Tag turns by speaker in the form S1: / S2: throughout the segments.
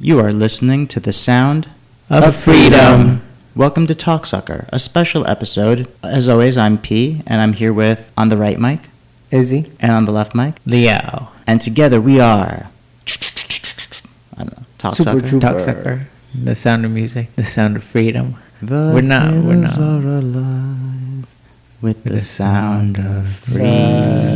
S1: You are listening to the sound
S2: Of freedom.
S1: Welcome to Talk Sucker, a special episode. As always, I'm P, and I'm here with on the right mic
S2: Izzy.
S1: and on the left mic,
S2: Leo.
S1: and together we are. I don't know. Talk
S2: Super
S1: Sucker.
S2: Troop-
S3: Talk sucker. The sound of music. The sound of freedom.
S1: The
S3: We're not- we're
S1: killers
S3: not.
S1: are alive with the,
S3: the
S1: sound of freedom.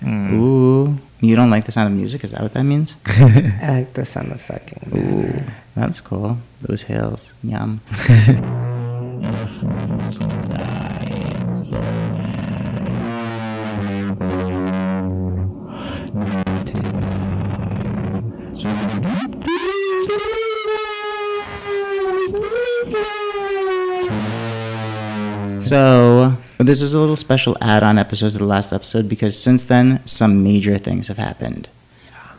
S2: freedom.
S1: Ooh, you don't like the sound of music? Is that what that means?
S2: I like the sound of sucking.
S1: Ooh, that's cool. Those hills, yum. So, this is a little special add on episode to the last episode because since then, some major things have happened.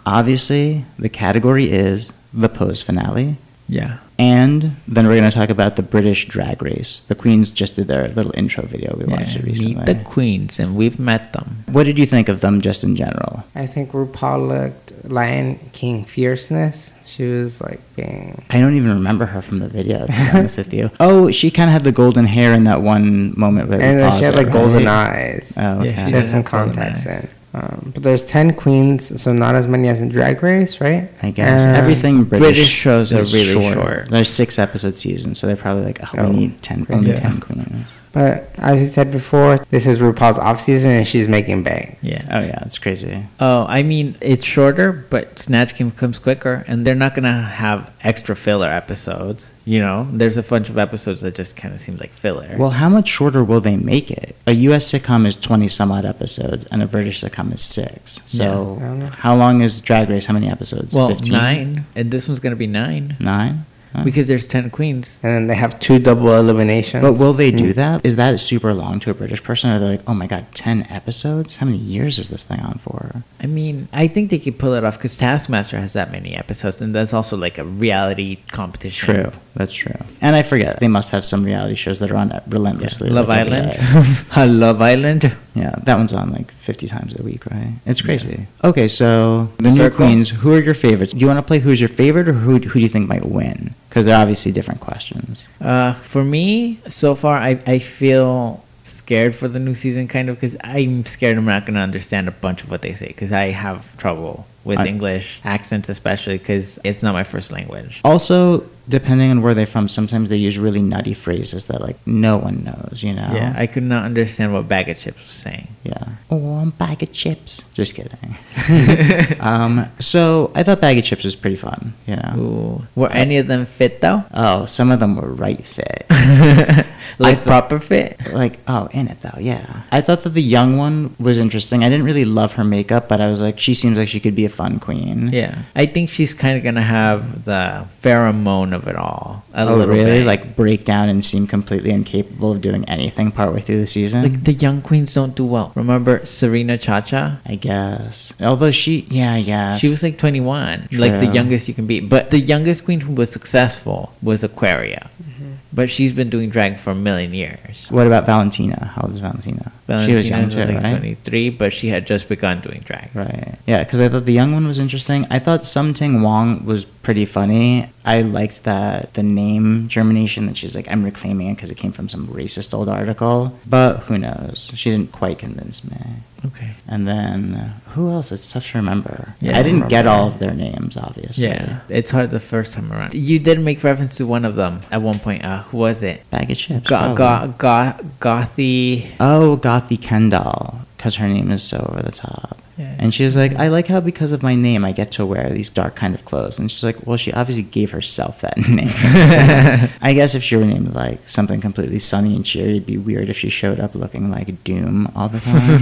S1: Obviously, the category is the Pose finale.
S3: Yeah.
S1: And then we're going to talk about the British drag race. The Queens just did their little intro video. We watched
S3: Yeah,
S1: it
S3: Meet the
S1: recently.
S3: queens, and we've met them.
S1: What did you think of them just in general?
S2: I think RuPaul looked Lion King fierceness. She was like being.
S1: I don't even remember her from the video, to be honest with you. Oh, she kind of had the golden hair in that one moment where
S2: And then
S1: pause
S2: she had
S1: it,
S2: like
S1: right?
S2: golden eyes.
S1: Oh,
S3: Yeah,
S1: okay.
S3: she
S2: There's
S3: did
S2: some
S3: have golden
S2: contacts
S3: eyes.
S2: in. Um, but there's 10 queens, so not as many as in Drag Race, right? Uh,
S1: I guess
S2: And-
S1: everything British,
S3: uh, British
S1: shows are
S3: is
S1: really short.
S3: short.
S1: There's six episode seasons, so they're probably like, oh,
S2: Oh,
S1: we need ten, only
S3: yeah.
S1: ten queens.
S2: But as I said before, this is RuPaul's off season and she's making bank.
S3: Yeah.
S1: Oh yeah, it's crazy.
S3: Oh, I mean, it's shorter, but Snatch Game comes quicker, and they're not gonna have extra filler episodes. You know, there's a bunch of episodes that just kind of seem like filler.
S1: Well, how much shorter will they make it? A U.S. sitcom is twenty some odd episodes, and a British sitcom is six. So
S2: Yeah. I don't know.
S1: how long is Drag Race? How many episodes?
S3: well,
S1: 15?
S3: nine, and this one's gonna be nine
S1: Nine. Huh.
S3: because there's ten queens.
S2: And then they have two double eliminations.
S1: But will they do that? Is that super long to a British person? Are they like, oh my god, ten episodes? How many years is this thing on for?
S3: I mean, I think they could pull it off because Taskmaster has that many episodes, and that's also like a reality competition.
S1: that's true. And I forget they must have some reality shows that are on relentlessly.
S3: Love
S1: like, every
S3: Island.
S1: day.
S3: I Love Island.
S1: Yeah, that one's on like 50 times a week, right? It's crazy. Okay, so the new
S3: Circle.
S1: queens, who are your favorites? Do you want to play who's your favorite or who, who do you think might win? Because they're obviously different questions.
S3: Uh, for me, so far, I, I feel scared for the new season, kind of, because I'm scared I'm not going to understand a bunch of what they say, because I have trouble with
S1: I-
S3: English accents, especially because it's not my first language.
S1: Also, depending on where they're from, sometimes they use really nutty phrases that like no one knows, you know?
S3: Yeah, Uh, I could not understand what bag of chips was saying.
S1: Yeah. Oh, I'm bag of chips. Just kidding. um, so I thought bag of chips was pretty fun, you know?
S3: Ooh. Were any of them fit though?
S1: Oh, some of them were right fit.
S3: like
S1: thought-
S3: proper fit?
S1: like oh in it though yeah i thought that the young one was interesting i didn't really love her makeup but i was like she seems like she could be a fun queen
S3: Yeah, I think she's kind of gonna have the pheromone of it all. A
S1: oh
S3: little
S1: really
S3: bit.
S1: like break down and seem completely incapable of doing anything partway through the season
S3: like the young queens don't do well. Remember Serena Chacha?
S1: i guess although she yeah yeah
S3: She was like 21, like the
S1: True.
S3: youngest you can be. But the youngest queen who was successful was Aquaria. But she's been doing drag for a million years.
S1: what about valentina how old is valentina she was young too right
S3: 23, but she had just begun doing drag.
S1: Right. Yeah, because I thought the young one was interesting. I thought Something Wong was pretty funny. I liked that the name germination that she's like, I'm reclaiming it because it came from some racist old article. But who knows? She didn't quite convince me.
S3: Okay.
S1: And then uh, who else? It's tough to remember.
S3: Yeah, I
S1: I
S3: don't
S1: didn't get
S2: remember.
S1: all of their names, obviously.
S3: Yeah, it's hard the first time around. You did make reference to one of them at one point. Uh, who was it?
S1: Bag of chips.
S3: Go-
S1: probably.
S3: go- go- gothy.
S1: oh, Gothy Kendall, because her name is so over the top.
S3: Yeah.
S1: And she was like, I like how because of my name, I get to wear these dark kind of clothes. And she's like, well, she obviously gave herself that name. So, I guess if she were named like something completely sunny and cheery, it'd be weird if she showed up looking like Doom all the time.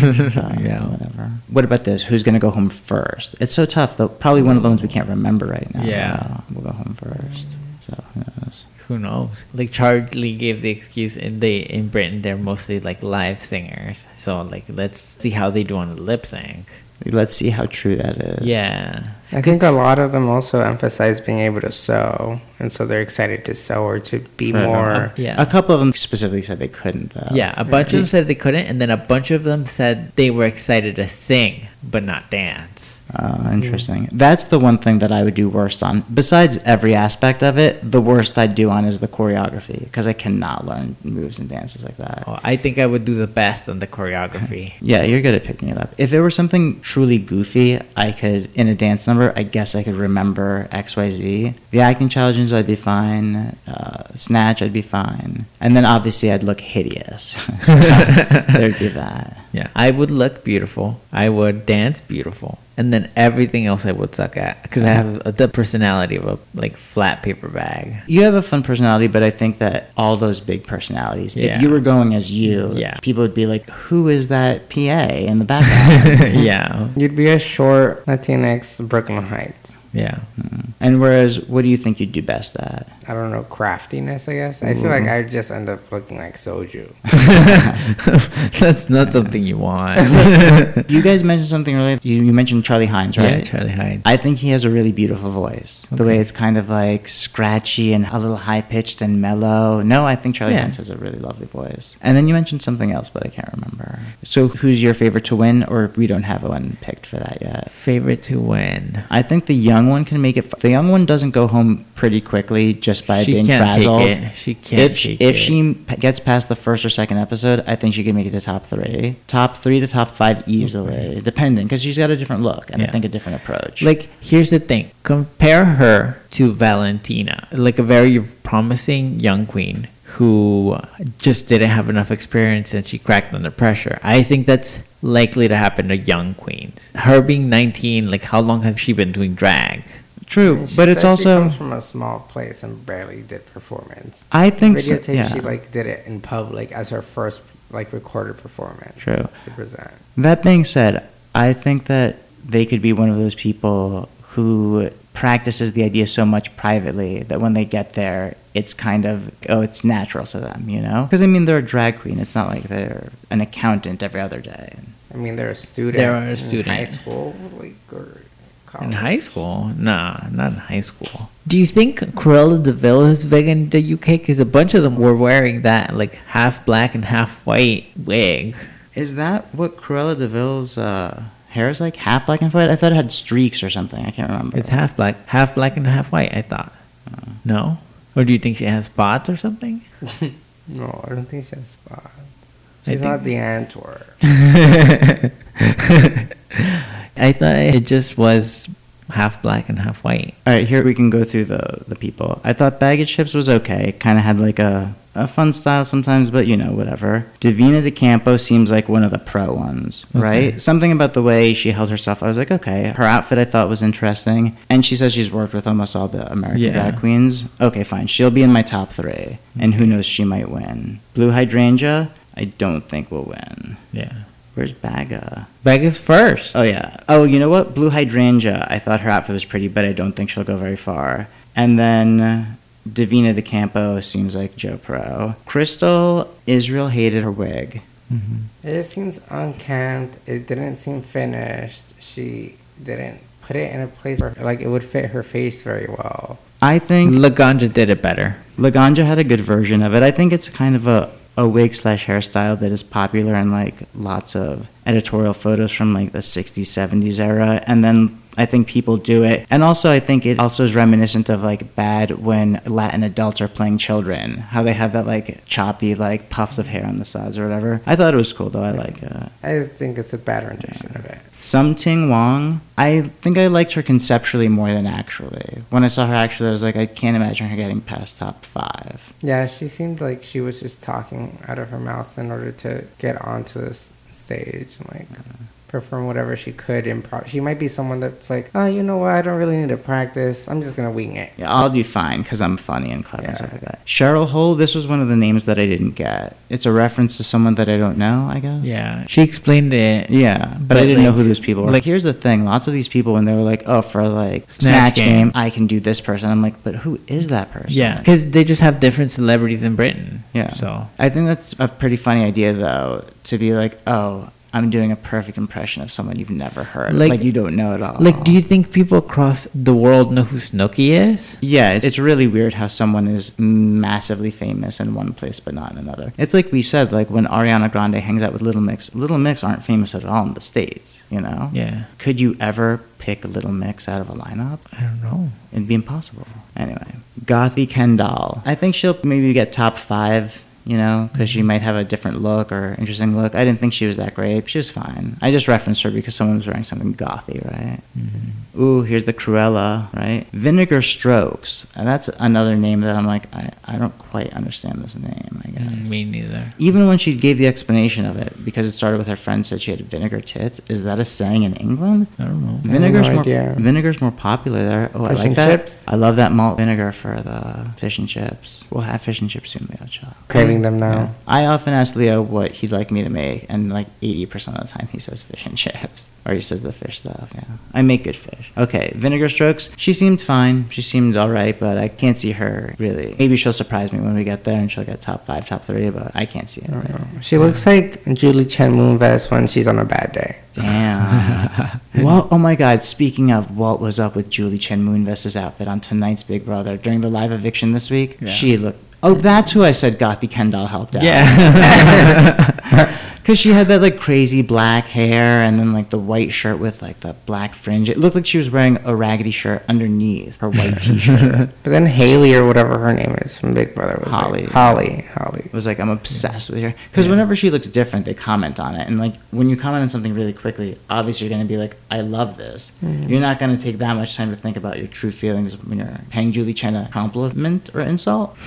S1: But,
S3: Yeah.
S1: Whatever. What about this? Who's going to go home first? It's so tough, though. Probably one of the ones we can't remember right now.
S3: Yeah.
S1: Uh, We'll go home first. So who knows?
S3: Who knows? Like Charlie gave the excuse, and they in Britain they're mostly like live singers. So like, let's see how they do on the lip sync.
S1: Let's see how true that is.
S3: Yeah.
S2: I think a lot of them also emphasize being able to sew, and so they're excited to sew or to be
S1: Fair enough.
S2: more.
S3: Yeah.
S1: A couple of them specifically said they couldn't though.
S3: Yeah, a bunch of them said they couldn't, and then a bunch of them said they were excited to sing but not dance.
S1: Uh, interesting. That's the one thing that I would do worst on. Besides every aspect of it, the worst I'd do on is the choreography because I cannot learn moves and dances like that.
S3: Oh, I think I would do the best on the choreography.
S1: Yeah, you're good at picking it up. If it were something truly goofy, I could, in a dance number, I guess I could remember XYZ. The acting challenges, I'd be fine. Uh, snatch, I'd be fine. And then obviously, I'd look hideous. So, there'd be that.
S3: Yeah, I would look beautiful. I would dance beautiful, and then everything else I would suck at because I have the personality of a like flat paper bag.
S1: You have a fun personality, but I think that all those big personalities,
S3: Yeah.
S1: if you were going as you,
S3: Yeah.
S1: people would be like, who is that PA in the background?
S3: yeah,
S2: You'd be a short Latinx Brooklyn Heights.
S3: yeah.
S1: and whereas, what do you think you'd do best at?
S2: I don't know craftiness. I guess I feel like I
S1: Mm-hmm.
S2: just end up looking like soju.
S3: That's not something you want.
S1: You guys mentioned something earlier. You, you mentioned Charlie Hines, right?
S3: Yeah, Charlie Hyde.
S1: I think he has a really beautiful voice. The way it's kind of like scratchy and a little high pitched and mellow. No, I think Charlie
S3: Yeah.
S1: Hines has a really lovely voice. And then you mentioned something else, but I can't remember. So, who's your favorite to win, or we don't have one picked for that yet?
S3: Favorite to win.
S1: I think the young one can make it. F- the young one doesn't go home pretty quickly just by
S3: She
S1: being
S3: can't take
S1: frazzled.
S3: it. She can't
S1: If she,
S3: take
S1: if
S3: it.
S1: she p- gets past the first or second episode, I think she can make it to top three, top three to top five easily, depending because she's got a different look and I
S3: Yeah.
S1: think a different approach.
S3: Like, here's the thing compare her to Valentina, like a very promising young queen who just didn't have enough experience and she cracked under pressure. I think that's likely to happen to young queens. Her being 19, like, how long has she been doing drag?
S1: true,
S2: She
S1: but it's
S2: said she
S1: also
S2: comes from a small place and barely did performance.
S1: I think so,
S2: videotape
S1: yeah.
S2: she like did it in public as her first like recorded performance.
S1: True.
S2: To present.
S1: That being said, I think that they could be one of those people who practices the idea so much privately that when they get there, it's kind of, oh, it's natural to them, you know? Because, I mean, they're a drag queen. It's not like they're an accountant every other day.
S2: I mean, they're a student.
S3: They are a
S2: In high
S3: student.
S2: school, like or college.
S3: In high school? Nah, not in high school. Do you think Cruella de Vil is vegan in the UK? Because a bunch of them were wearing that like half black and half white wig.
S1: Is that what Cruella de Vil's uh, hair is like? Half black and white? I thought it had streaks or something. I can't remember.
S3: It's half black, half black and half white. I thought. No, or do you think she has spots or something?
S2: No, I don't think she has spots.
S3: I
S2: She's
S3: think-
S2: not the Antwerp.
S3: I thought it just was half black and half white.
S1: All right, here we can go through the, the people. I thought Baggage Ships was okay. It kind of had like a, a fun style sometimes, but you know, whatever. Davina De Campo seems like one of the pro ones, right? Something about the way she held herself, I was like, okay. Her outfit I thought was interesting. And she says she's worked with almost all the American
S3: Yeah.
S1: drag queens. Okay, fine. She'll be in my top three. And who knows, she might win. Blue Hydrangea, I don't think will win.
S3: Yeah,
S1: Where's Baga?
S3: bag is first.
S1: Oh yeah. Oh, you know what? Blue hydrangea. I thought her outfit was pretty, but I don't think she'll go very far. And then uh, Davina De Campo seems like Joe Pro. Crystal Israel hated her wig.
S3: Mm-hmm.
S2: It just seems unkempt. It didn't seem finished. She didn't put it in a place where like it would fit her face very well.
S1: I think
S3: Laganja did it better.
S1: Laganja had a good version of it. I think it's kind of a a wig slash hairstyle that is popular in like lots of editorial photos from like the 60s 70s era and then i think people do it and also i think it also is reminiscent of like bad when latin adults are playing children how they have that like choppy like puffs of hair on the sides or whatever i thought it was cool though i like it
S2: I just think it's a bad rendition of it.
S1: some Ting Wong. I think I liked her conceptually more than actually. When I saw her actually, I was like, I can't imagine her getting past top five.
S2: Yeah, she seemed like she was just talking out of her mouth in order to get onto this stage and like perform whatever she could improv. She might be someone that's like, oh, you know what? I don't really need to practice. I'm just gonna wing it.
S1: Yeah, I'll do fine because I'm funny and clever and
S2: Yeah.
S1: stuff like that. Cheryl Hole, this was one of the names that I didn't get. It's a reference to someone that I don't know, I guess.
S3: Yeah, she explained it.
S1: Yeah, but, I
S3: But,
S1: didn't know
S3: like-
S1: who those people were. Like,
S3: like-
S1: here's the thing: lots of these people, when they were like, "Oh, for like snatch,
S3: Snatch
S1: game.
S3: Game.
S1: I can do this person," I'm like, "But who is that person?"
S3: Yeah, because they just have different celebrities in Britain.
S1: yeah.
S3: So
S1: I think that's a pretty funny idea, though, to be like, "Oh, I'm doing a perfect impression of someone you've never heard.
S3: Like-
S1: Like, you don't know at all.
S3: Like, do you think people across the world know who Snooki is?
S1: Yeah, it- it's really weird how someone is massively famous in one place but not in another. It's like we said, like when Ariana Grande hangs out with Little Mix, Little Mix aren't famous at all in the States, you know?
S3: Yeah.
S1: Could you ever pick Little Mix out of a lineup?
S3: I don't know.
S1: It'd be impossible. Anyway, Gothy Kendall. I think she'll maybe get top five, you know, because she might have a different look or interesting look. I didn't think she was that great. She was fine. I just referenced her because someone was wearing something gothy, right?
S3: Mm-hmm.
S1: Ooh, here's the Cruella, right? Vinegar Strokes. And that's another name that I'm like, I, I don't quite understand this name, I guess.
S2: Mm,
S3: Me neither.
S1: Even when she gave the explanation of it, because it started with her friend said she had vinegar tits, is that a saying in England?
S3: I don't know.
S2: have
S1: Vinegar's
S2: no
S1: more
S2: idea.
S1: vinegar's more popular there. Oh, I
S2: Fish
S1: like
S2: and
S1: that.
S2: chips?
S1: I love that malt vinegar for the fish and chips. We'll have fish and chips soon, Leo. Child.
S2: Craving them now.
S1: Yeah. I often ask Leo what he'd like me to make, and like eighty percent of the time he says fish and chips, or he says the fish stuff. Yeah, I make good fish. Okay, vinegar strokes. She seemed fine. She seemed all right, but I can't see her really. Maybe she'll surprise me when we get there, and she'll get top five, top three. But I can't see it.
S2: I don't
S1: right now.
S2: know. She looks like Julie Chen Moonves when she's on a bad day.
S1: Damn. Walt,
S3: um,
S1: oh my God. Speaking of, Walt was up with Julie Chen Moonves' outfit on tonight's Big Brother during the live eviction this week.
S3: Yeah.
S1: She looked. Oh, that's who I said Gothy Kendall helped out.
S3: Yeah.
S1: Because she had that like crazy black hair and then like the white shirt with like the black fringe. It looked like she was wearing a raggedy shirt underneath her white t shirt.
S2: But then Haley or whatever her name is from Big Brother was
S1: Holly.
S2: Like, Holly. Holly.
S1: It was like I'm obsessed with her because whenever she looks different, they comment on it, and like when you comment on something really quickly, obviously you're gonna be like, "I love this." You're not gonna take that much time to think about your true feelings when you're paying Julie Chen a compliment or insult.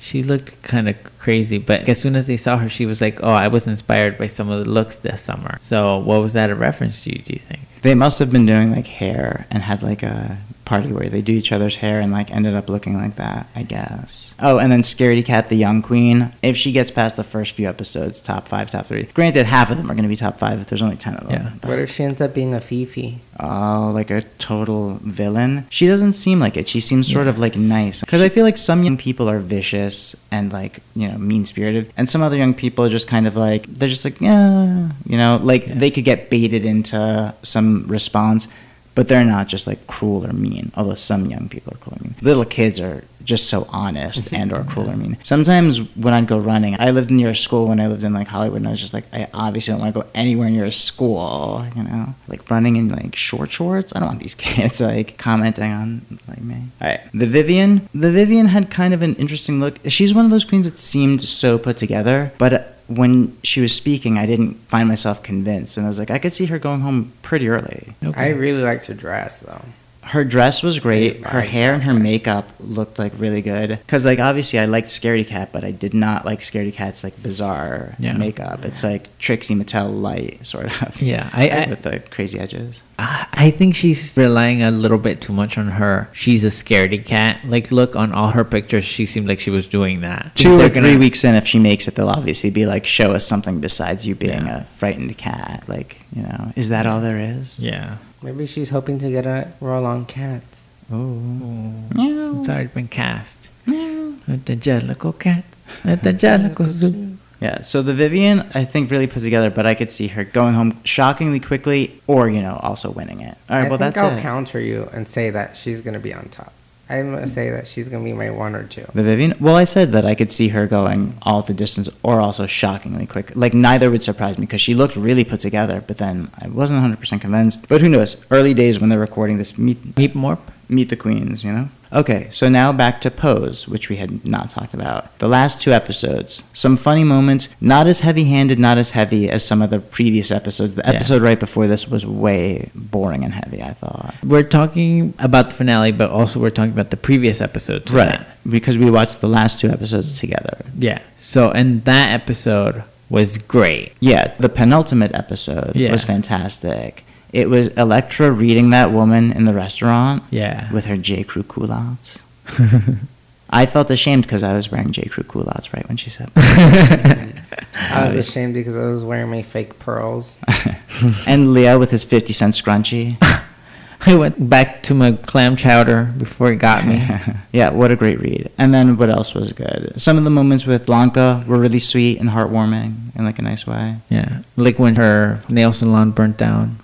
S3: she looked kind of crazy, but as soon as they saw her, she was like, "Oh, I was inspired by some of the looks this summer." So, what was that a reference to? Do you think?
S1: They must have been doing like hair and had like a party where they do each other's hair and like ended up looking like that, I guess. Oh, and then Scaredy Cat, the young queen. If she gets past the first few episodes, top five, top three. Granted, half of them are gonna be top five if there's only ten of them.
S3: Yeah.
S1: but-
S2: What if she ends up being a Fifi?
S1: Oh, like a total villain. She doesn't seem like it. She seems sort
S3: Yeah.
S1: of like nice. Because
S3: She-
S1: I feel like some young people are vicious and like, you know, mean spirited. And some other young people are just kind of like, they're just like, yeah, you know, like
S3: Yeah.
S1: they could get baited into some response, but they're not just like cruel or mean. Although some young people are cruel or mean. Little kids are just so honest and or cruel or mean. Sometimes when I'd go running, I lived near a school when I lived in like Hollywood and I was just like, I obviously don't want to go anywhere near a school, you know? Like running in like short shorts. I don't want these kids like commenting on like me. All right. The Vivian. The Vivian had kind of an interesting look. She's one of those queens that seemed so put together, but uh, when she was speaking, I didn't find myself convinced. And I was like, I could see her going home pretty early
S2: I really liked her dress though.
S1: her dress was great.
S2: Yeah,
S1: Her
S2: I-
S1: hair and her makeup looked like really good. Cause like obviously I liked Scaredy Cat, but I did not like Scaredy Cat's like bizarre
S3: Yeah.
S1: makeup. It's like Trixie Mattel light sort of.
S3: Yeah, I- I-
S1: with the crazy edges.
S3: I I think she's relying a little bit too much on her. She's a scaredy cat. Like, look on all her pictures, she seemed like she was doing that.
S1: Two
S3: They're
S1: or
S3: gonna-
S1: three weeks in, if she makes it, they'll obviously be like, "Show us something besides you being
S3: Yeah.
S1: a frightened cat." Like, you know, is that all there is?
S3: Yeah.
S2: Maybe she's hoping to get a roll on cats.
S1: Oh.
S3: Oh,
S1: Meow.
S3: it's already been cast. At the Jellicle cat. At the Jellicle Zoo.
S1: Yeah, so the Vivian, I think, really put together, but I could see her going home shockingly quickly, or you know, also winning it. All right,
S2: I
S1: well
S2: think
S1: that's
S2: I'll
S1: it.
S2: counter you and say that she's gonna be on top. I'm
S1: Mm.
S2: gonna say that she's gonna be my one or two.
S1: The Vivian? Well, I said that I could see her going all the distance or also shockingly quick. Like, neither would surprise me because she looked really put together, but then I wasn't 100% convinced. But who knows? Early days when they're recording this, meet,
S3: Meep Morp.
S1: meet the Queens, you know? Okay, so now back to Pose, which we had not talked about. The last two episodes, some funny moments, not as heavy handed, not as heavy as some of the previous episodes. The
S3: Yeah.
S1: episode right before this was way boring and heavy, I thought.
S3: We're talking about the finale, but also we're talking about the previous episode. to that.
S1: Because we watched the last two episodes together.
S3: Yeah. So, and that episode was great.
S1: Yeah, the penultimate episode
S3: Yeah.
S1: was fantastic. It was Electra reading that woman in the restaurant
S3: Yeah.
S1: with her J. Crew culottes. I felt ashamed because I was wearing J. Crew culottes right when she said that.
S2: I was ashamed because I was wearing my fake pearls.
S1: and Leo with his 50 cent scrunchie.
S3: I went back to my clam chowder before it got me.
S1: yeah, what a great read. And then what else was good? Some of the moments with Lanka were really sweet and heartwarming in like a nice way.
S3: yeah, like when her nail salon burnt down.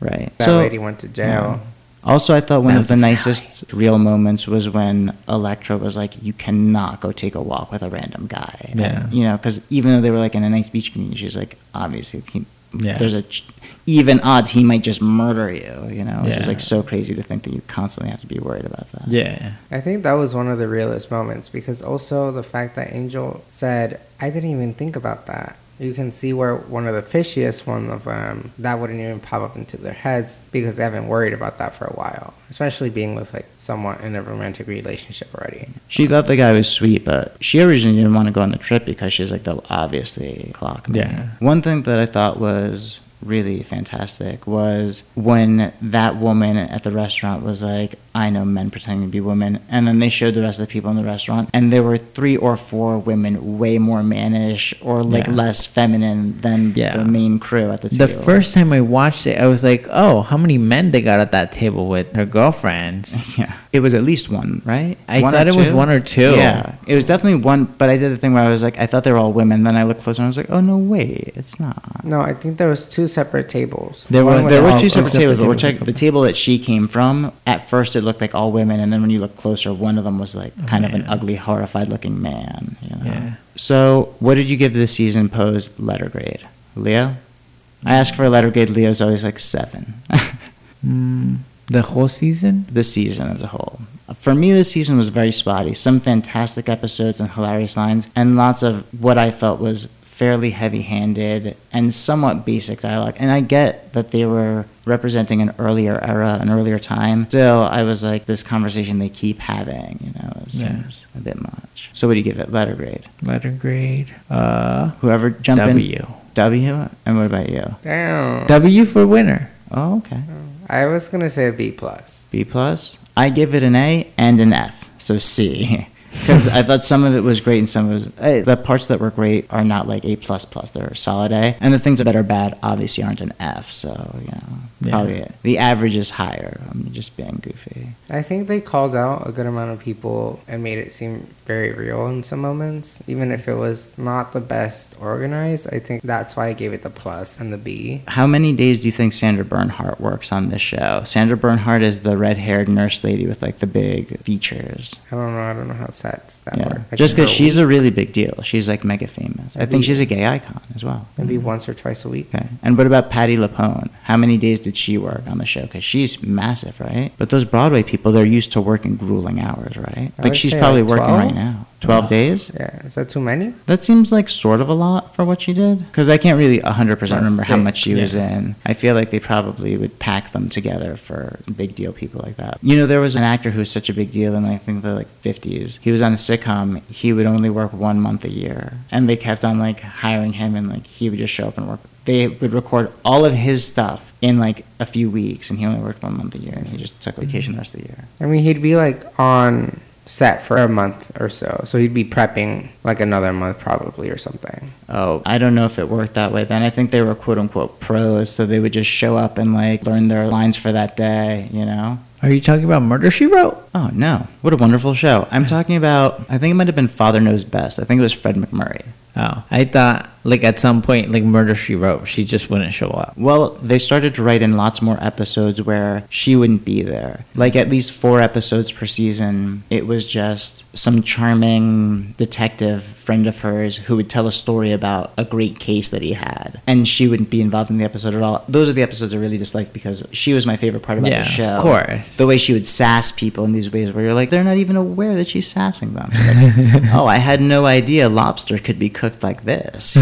S1: right.
S2: That
S1: so, Mm-hmm.
S2: lady went to jail.
S1: Also, I thought one
S3: That
S1: of
S3: was
S1: the
S3: the
S1: nicest real moments was when Electra was like, "You cannot go take a walk with a random guy."
S3: Yeah.
S1: you know, because even though they were like in a nice beach community, she's like, obviously, he,
S3: Yeah.
S1: there's a ch- even odds he might just murder you. You know, which is
S3: Yeah.
S1: like so crazy to think that you constantly have to be worried about that.
S3: Yeah,
S2: I think that was one of the realest moments because also the fact that Angel said, I didn't even think about that. You can see where one of the fishiest one of them that wouldn't even pop up into their heads because they haven't worried about that for a while, especially being with like someone in a romantic relationship already.
S1: She thought the guy was sweet, but she originally didn't want to go on the trip because she's like, they'll obviously clock me.
S3: Yeah.
S1: One thing that I thought was really fantastic was when that woman at the restaurant was like, I know men pretending to be women. And then they showed the rest of the people in the restaurant, and there were three or four women way more mannish or like
S3: Yeah.
S1: less feminine than
S3: Yeah.
S1: the main crew at the table.
S3: the first time I watched it, I was like, "Oh, how many men they got at that table with her girlfriends?"
S1: Yeah. It was at least one, right?
S3: I
S1: One
S3: thought
S1: or
S3: it was
S1: two?
S3: one or two.
S1: Yeah. It was definitely one, but I did the thing where I was like, I thought they were all women. Then I looked closer and I was like, oh, no, wait, it's not.
S2: No, I think there was two separate tables.
S3: There
S2: One
S3: was-
S1: There
S3: all-
S1: was two separate
S3: except the
S1: tables, but
S3: table
S1: which I,
S3: for-
S1: the table that she came from, at first it looked like all women, and then when you look closer, one of them was like kind of an
S3: man.
S1: ugly, horrified-looking man. You know?
S3: Yeah.
S1: So, what did you give this season pose letter grade, Leo? I ask for a letter grade. Leo's always like seven.
S3: Mm, the whole season.
S1: this season as a whole. For me, this season was very spotty. Some fantastic episodes and hilarious lines, and lots of what I felt was fairly heavy handed and somewhat basic dialogue. And I get that they were representing an earlier era, an earlier time. Still, I was like, this conversation they keep having, you know, it
S3: Yeah.
S1: seems a bit much. So, what do you give it? Letter grade.
S3: Letter grade. Uh,
S1: Whoever jump in.
S3: W.
S1: W. And what about you?
S2: Damn.
S3: W for winner.
S1: Oh, okay.
S2: I was gonna say B plus.
S1: B plus. I give it an A and an F, so C. Because I thought some of it was great and some of it was eh, the parts that were great are not like A plus plus. They're a solid A, and the things that are bad obviously aren't an F. So you know,
S3: Yeah.
S1: probably the average is higher. I'm just being goofy.
S2: I think they called out a good amount of people and made it seem very real in some moments, even if it was not the best organized. I think that's why I gave it the plus and the B.
S1: How many days do you think Sandra Bernhardt works on this show? Sandra Bernhardt is the red-haired nurse lady with like the big features.
S2: I don't know. I don't know how sets that
S1: Yeah.
S2: work. I
S1: Just
S2: think
S1: because
S2: her
S1: she's
S2: week-
S1: a really big deal. She's like mega famous. I think
S2: Maybe-
S1: she's a gay icon as well.
S2: maybe once or twice a week.
S1: Okay. And what about Patty LaPone? How many days did she work on the show? Because she's massive, right? But those Broadway people, they're used to working grueling hours, right?
S2: I
S1: like
S2: would
S1: she's
S2: say,
S1: probably
S2: like,
S1: working
S2: 12?
S1: right now. 12 days?
S2: Yeah, is that too many?
S1: That seems like sort of a lot for what she did. Because I can't really 100% remember how
S2: six,
S1: much she was
S3: yeah.
S1: in. I feel like they probably would pack them together for big deal people like that. You know, there was an actor who was such a big deal in, I think, the like 50s. He was on a sitcom. He would only work one month a year. And they kept on like hiring him and like he would just show up and work. They would record all of his stuff in like a few weeks and he only worked one month a year and he just took vacation the rest of the year.
S2: I mean, he'd be like on set for a month or so, so he'd be prepping like another month probably or something.
S1: oh, I don't know if it worked that way then. I think they were quote unquote pros, so they would just show up and like learn their lines for that day, you know?
S3: Are you talking about Murder She Wrote?
S1: Oh no, what a wonderful show. I'm talking about, I think it might have been Father Knows Best. I think it was Fred McMurray.
S3: Oh, I thought like at some point like Murder She Wrote, she just wouldn't show up.
S1: Well, they started to write in lots more episodes where she wouldn't be there. Like at least four episodes per season, it was just some charming detective friend of hers who would tell a story about a great case that he had, and she wouldn't be involved in the episode at all. Those are the episodes I really disliked because she was my favorite part about
S3: Yeah,
S1: the
S3: of
S1: show.
S3: course.
S1: The way she would sass people in these ways where you're like, they're not even aware that she's sassing them. Like, oh, I had no idea lobster could be cooked like this.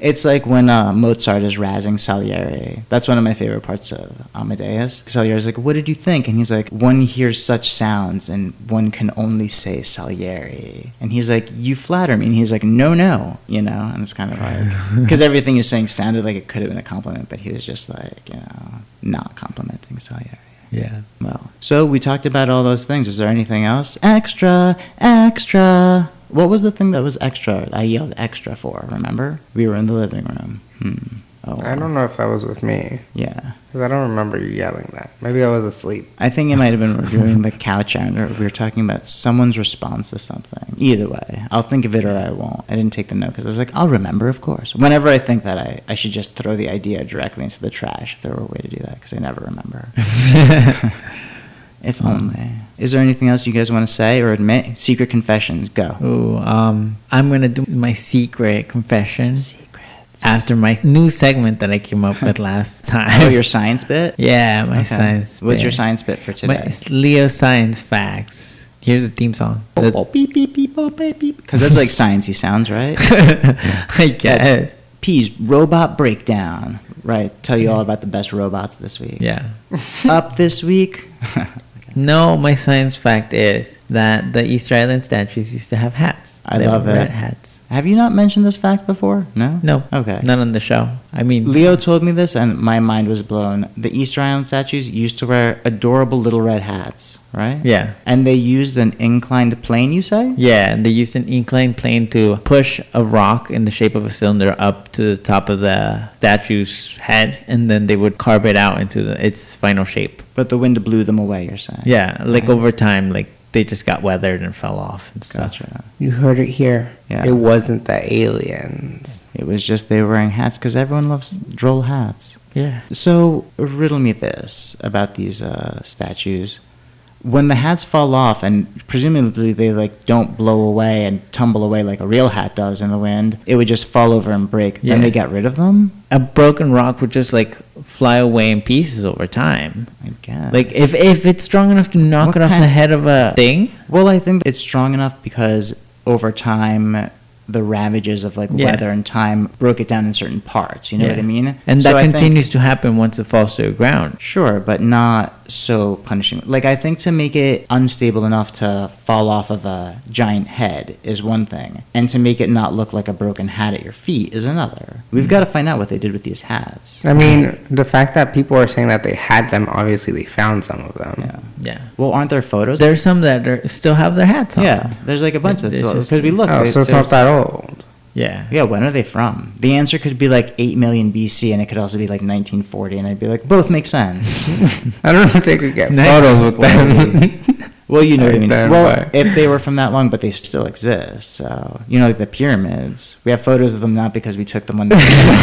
S1: It's like when uh, Mozart is razzing Salieri. That's one of my favorite parts of Amadeus. Salieri's like, What did you think? And he's like, One hears such sounds and one can only say Salieri. And he's like, You flatter me. And he's like, No, no. You know? And it's kind of like, because everything you're saying sounded like it could have been a compliment, but he was just like, you know, not complimenting Salieri.
S3: Yeah.
S1: Well, so we talked about all those things. Is there anything else? Extra, extra. What was the thing that was extra? I yelled extra for. Remember? We were in the living room. Hmm. Oh,
S2: I don't know if that was with me.
S1: Yeah.
S2: Because I don't remember you yelling that. Maybe I was asleep.
S1: I think it might have been reviewing the couch out, or we were talking about someone's response to something. Either way, I'll think of it or I won't. I didn't take the note because I was like, I'll remember, of course. Whenever I think that, I, I should just throw the idea directly into the trash if there were a way to do that because I never remember. if only. Is there anything else you guys want to say or admit? Secret confessions, go.
S3: Ooh, um, I'm gonna do my secret confession
S1: Secrets.
S3: after my new segment that I came up with last time.
S1: Oh, your science bit?
S3: yeah, my
S1: Okay.
S3: science.
S1: What's your
S3: bit.
S1: science bit for
S3: My
S1: today?
S3: it's Leo science facts. Here's the theme song. That's-
S1: beep, beep, beep, oh, beep, beep. Because that's like sciencey sounds, right?
S3: I guess.
S1: P's robot breakdown. Right. Tell you all about the best robots this week.
S3: Mm-hmm. Yeah.
S1: Up this week.
S3: No, my science fact is that the Easter Island statues used to have hats.
S1: I
S3: They
S1: love
S3: wore
S1: it.
S3: Hats.
S1: Have you not mentioned this fact before? No.
S3: No.
S1: Okay.
S3: Not on the show. I mean,
S1: Leo told me this, and my mind was blown. The Easter Island statues used to wear adorable little red hats, right?
S3: Yeah.
S1: And they used an inclined plane. You say?
S3: Yeah, and they used an inclined plane to push a rock in the shape of a cylinder up to the top of the statue's head, and then they would carve it out into the, its final shape.
S1: But the wind blew them away. You're saying?
S3: Yeah, like
S1: Right.
S3: over time, like they just got weathered and fell off and stuff.
S1: Gotcha.
S2: You heard it here.
S1: Yeah.
S2: It wasn't the aliens.
S1: It was just they were wearing hats because everyone loves droll hats.
S3: Yeah.
S1: So riddle me this about these uh, statues: when the hats fall off, and presumably they like don't blow away and tumble away like a real hat does in the wind, it would just fall over and break. Then
S3: Yeah.
S1: they got rid of them.
S3: A broken rock would just like fly away in pieces over time.
S1: I guess.
S3: Like if if it's strong enough to knock
S1: What
S3: it off
S1: kind-
S3: the head of a thing,
S1: well, I think it's strong enough because over time. The ravages of like
S3: Yeah.
S1: weather and time broke it down in certain parts. You know what I
S3: Yeah.
S1: mean?
S3: and
S1: So
S3: that
S1: I think-
S3: continues to happen once it falls to the ground.
S1: Sure, but not so punishing. Like I think to make it unstable enough to fall off of a giant head is one thing, and to make it not look like a broken hat at your feet is another.
S3: Hmm.
S1: We've got to find out what they did with these hats.
S2: I mean, the fact that people are saying that they had them, obviously they found some of them.
S1: Yeah.
S3: Yeah.
S1: Well, aren't there photos?
S3: There's some that are, still have their hats on.
S1: yeah. There's like a bunch of
S3: It's
S1: because
S3: just-
S1: we look.
S2: Oh,
S1: they-
S2: so it's
S1: there's-
S2: not that old.
S3: Yeah.
S1: Yeah, when are they from? The answer could be like 8 million BC, and it could also be like 1940, and I'd be like, both make sense.
S2: I don't know if they could get
S3: Nice.
S2: photos with them.
S1: Well, you know what I
S2: Right
S1: mean.
S2: there,
S1: Well,
S2: right.
S1: if they were from that long, but they still exist. So, you know, like the pyramids. We have photos of them not because we took them when they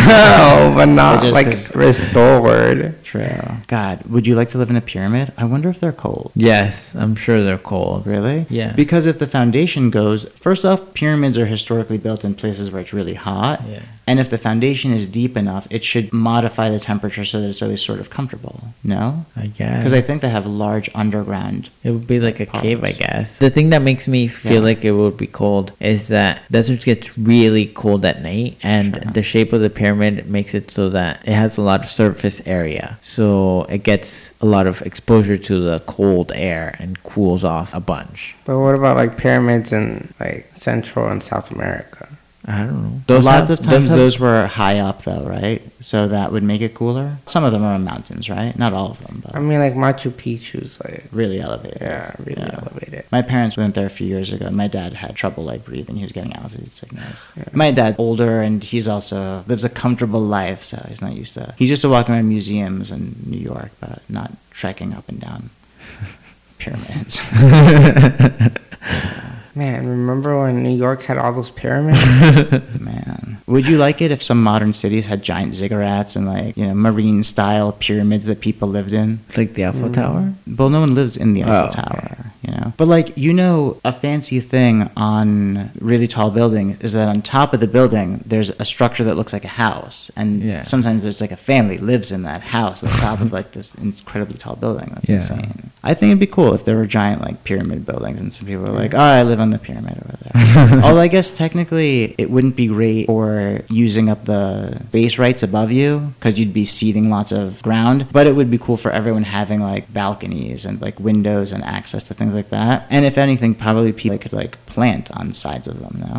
S2: no, but not
S1: just
S2: like
S1: 'cause-
S2: restored.
S1: True. God, would you like to live in a pyramid? I wonder if they're cold.
S3: Yes, I'm sure they're cold.
S1: Really?
S3: Yeah.
S1: Because if the foundation goes, first off, pyramids are historically built in places where it's really hot.
S3: Yeah.
S1: And if the foundation is deep enough, it should modify the temperature so that it's always sort of comfortable. No?
S3: I guess.
S1: Because I think they have large underground.
S3: it would be like a
S1: Parts.
S3: cave, I guess. The thing that makes me feel
S1: Yeah.
S3: like it would be cold is that deserts gets really cold at night, and
S1: Sure.
S3: the shape of the pyramid makes it so that it has a lot of surface area, so it gets a lot of exposure to the cold air and cools off a bunch.
S2: But what about like pyramids in like Central and South America?
S3: I don't know.
S1: Those lots
S3: have-
S1: of times
S3: have-
S1: those were high up though, right? So that would make it cooler. Some of them are in mountains, right? Not all of them, but
S2: I mean, like Machu Picchu's like
S1: really elevated.
S2: yeah, really
S1: Yeah.
S2: elevated.
S1: My parents went there a few years ago, and my dad had trouble like breathing. He was getting altitude sickness. My dad's older, and he's also lives a comfortable life, so he's not used to. He's used to walking around museums in New York, but not trekking up and down pyramids.
S2: Man, remember when New York had all those pyramids?
S1: Man, would you like it if some modern cities had giant ziggurats and like you know marine style pyramids that people lived in?
S3: like the
S1: Mm-hmm.
S3: Eiffel Tower.
S1: Well, no one lives in the Eiffel
S3: Oh,
S1: Tower, you know. But like, you know, a fancy thing on really tall buildings is that on top of the building there's a structure that looks like a house, and
S3: Yeah.
S1: sometimes there's like a family lives in that house on top of like this incredibly tall building. That's
S3: Yeah.
S1: insane. I think it'd be cool if there were giant like pyramid buildings, and some people were like, "Oh, I live on the pyramid over there." Although I guess technically it wouldn't be great for using up the base rights above you because you'd be seeding lots of ground. But it would be cool for everyone having like balconies and like windows and access to things like that. And if anything, probably people could like plant on sides of them. No,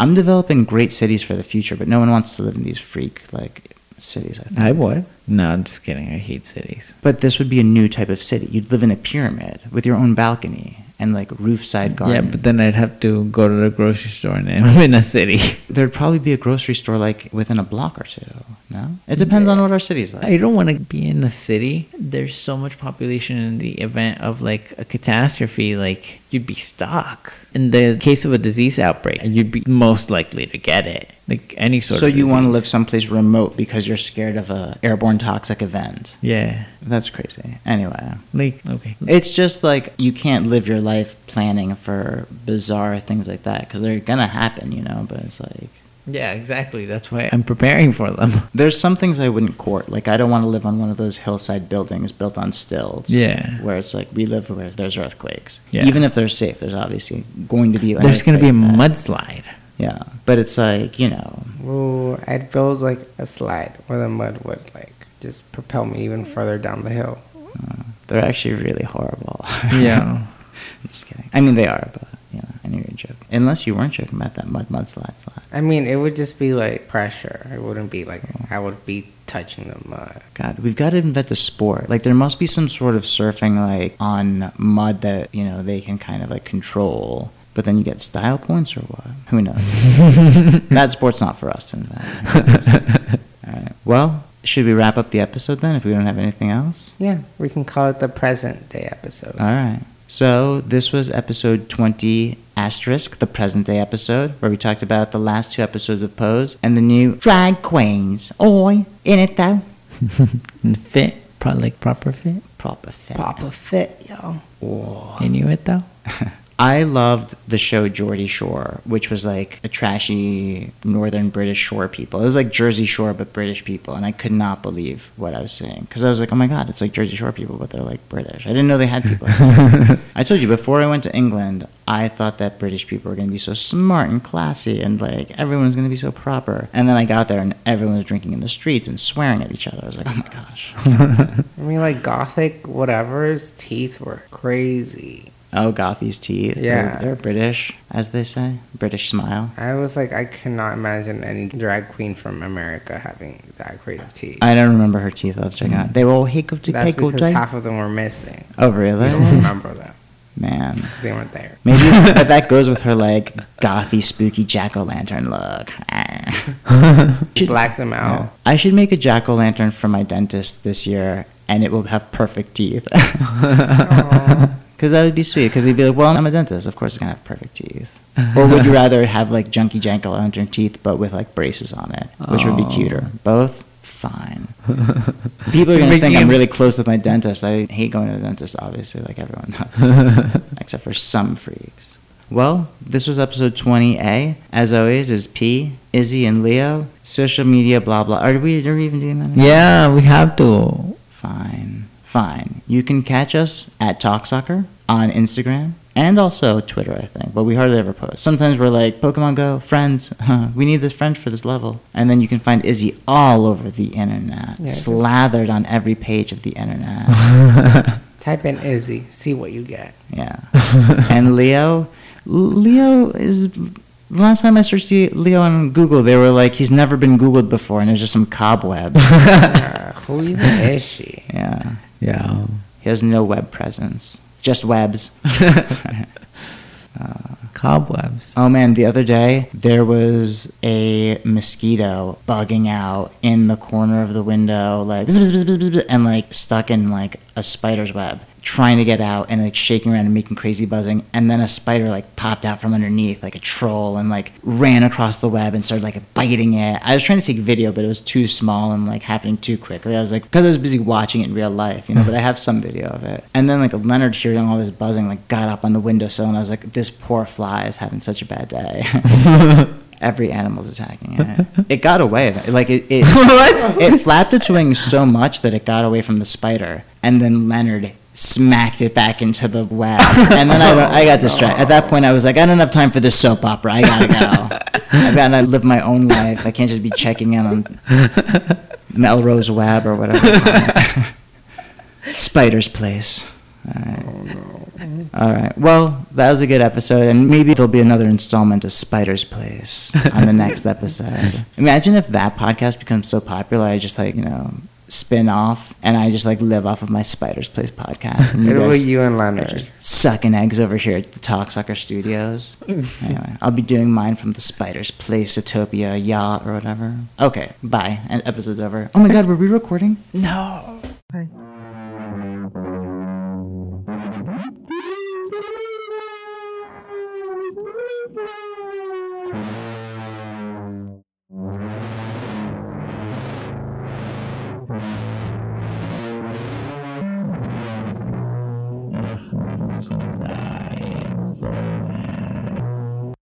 S1: I'm developing great cities for the future, but no one wants to live in these freak like cities. I think.
S3: I would. No, I'm just kidding. I hate cities.
S1: But this would be a new type of city. You'd live in a pyramid with your own balcony and like roofside garden.
S3: Yeah, but then I'd have to go to the grocery store and I'm in a city.
S1: there'd probably be a grocery store like within a block or two. No, it
S3: Mm,
S1: depends on what our city's like.
S3: I don't want to be in the city. There's so much population in the event of like a catastrophe, like you'd be stuck. In the case of a disease outbreak, you'd be most likely to get it. Like any sort
S1: so
S3: of
S1: you want to
S3: disease.
S1: live someplace remote because you're scared of a airborne toxic event.
S3: Yeah.
S1: That's crazy. Anyway,
S3: Like okay.
S1: it's just like you can't live your life planning for bizarre things like that because they're gonna happen, you know. But it's like
S3: Yeah, exactly. That's why I'm preparing for them.
S1: there's some things I wouldn't court. Like I don't want to live on one of those hillside buildings built on stilts.
S3: Yeah.
S1: where it's like we live where there's earthquakes.
S3: Yeah.
S1: even if they're safe, there's obviously going to be an
S3: There's going to be a
S1: earthquake there.
S3: mudslide.
S1: Yeah, but it's like you know,
S2: Ooh, I'd build like a slide where the mud would like just propel me even further down the hill.
S1: uh, they're actually really horrible.
S3: Yeah.
S1: Just kidding. I mean, they are, but you know, I knew you were joking. Unless you weren't joking about that mud mudslide slide.
S2: I mean, it would just be like pressure. It wouldn't be like I would be touching the mud.
S1: God, we've got to invent a sport. Like, there must be some sort of surfing, like, on mud that, you know, they can kind of, like, control. But then you get style points or what? Who knows? that sport's not for us to invent. All right. Well, should we wrap up the episode then if we don't have anything else?
S2: Yeah, we can call it the present day episode.
S1: All right. So this was episode 20 asterisk, the present day episode, where we talked about the last two episodes of Pose and the new drag queens. Oi, in it though.
S3: And fit, pro- like proper fit.
S1: Proper fit.
S2: Pop a fit, yo.
S1: Whoa.
S3: Inuit though.
S1: I loved the show Geordie Shore, which was like a trashy northern British shore people. It was like Jersey Shore, but British people. And I could not believe what I was seeing. Because I was like, oh my God, it's like Jersey Shore people, but they're like British. I didn't know they had people. like that. I told you before I went to England, I thought that British people were going to be so smart and classy and like everyone's going to be so proper. And then I got there and everyone was drinking in the streets and swearing at each other. I was like, oh my gosh.
S2: I mean, like gothic, whatever. His teeth were crazy.
S1: oh, Gothies teeth. They're-
S2: Yeah.
S1: they're British, as they say. British smile.
S2: I was like, I cannot imagine any drag queen from America having that creative teeth.
S1: I don't remember her teeth. I was checking out. They were all hiccup to
S2: That's
S1: pickle
S2: because
S1: day.
S2: half of them were missing.
S1: Oh,
S2: I don't
S1: really?
S2: remember them.
S1: Man.
S2: 'cause They weren't there.
S1: Maybe it's- but that goes with her, like, gothy, spooky jack o' lantern look. Should-
S2: Black them out.
S1: Yeah. I should make a jack o' lantern for my dentist this year, and it will have perfect teeth. Because that would be sweet. Because they'd be like, well, I'm a dentist. Of course, it's going to have perfect teeth. Or would you rather have, like, junky jack o' lantern teeth, but with, like, braces on it, which would be
S3: Oh.
S1: cuter? Both? Fine. People are going to think I'm really close with my dentist. I hate going to the dentist, obviously, like everyone knows, except for some freaks. Well, this was episode 20A. As always, is P, Izzy, and Leo. Social media, blah, blah. Are we, are we even doing that? anymore?
S3: Yeah, we have to.
S1: Fine. Fine. You can catch us at TalkSoccer on Instagram and also Twitter, I think, but we hardly ever post. Sometimes we're like, Pokemon Go, friends, huh, we need this friend for this level. And then you can find Izzy all over the internet,
S2: Yeah, 'cause-
S1: slathered on every page of the internet.
S2: Type in Izzy, see what you get.
S1: yeah. and Leo, Leo is. Last time I searched Leo on Google, they were like, he's never been Googled before, and there's just some cobweb.
S2: Uh, who even is she?
S1: yeah.
S3: Yeah.
S1: He has no web presence, just webs.
S3: Cobwebs.
S1: Oh man, the other day there was a mosquito bugging out in the corner of the window, like bzz, bzz, bzz, bzz, bzz, bzz, and like stuck in like a spider's web, trying to get out and like shaking around and making crazy buzzing. And then a spider like popped out from underneath, like a troll, and like ran across the web and started like biting it. I was trying to take video, but it was too small and like happening too quickly. I was like, because I was busy watching it in real life, you know. But I have some video of it. And then like Leonard hearing all this buzzing, like got up on the windowsill, and I was like, this poor fly is having such a bad day. Every animal's attacking it. It got away. Like it, it,
S3: What?
S1: it flapped its wings so much that it got away from the spider, and then Leonard smacked it back into the web. And then I, I got distracted. At that point, I was like, I don't have time for this soap opera. I gotta go. I've gotta live my own life. I can't just be checking in on Melrose Web or whatever. they call it. Spider's Place. All right. All right. Well, that was a good episode, and maybe there'll be another installment of Spider's Place on the next episode. Imagine if that podcast becomes so popular, I just like you know spin off, and I just like live off of my Spiders Place podcast. And
S2: It will
S1: guys
S2: you and
S1: are
S2: Leonard.
S1: just sucking eggs over here at the Talk Sucker Studios. anyway, I'll be doing mine from the Spiders Place, Utopia, Yacht, or whatever. Okay, bye. And episode's over. Oh my god, were we recording?
S3: No.